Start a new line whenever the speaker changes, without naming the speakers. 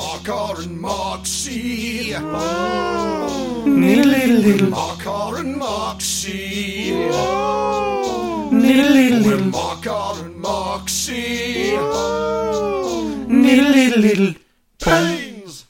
Markar and Moxie.
Needle little little
Markar and Moxie.
needle
We're
little little
Markar and Moxie.
needle little little. Bye.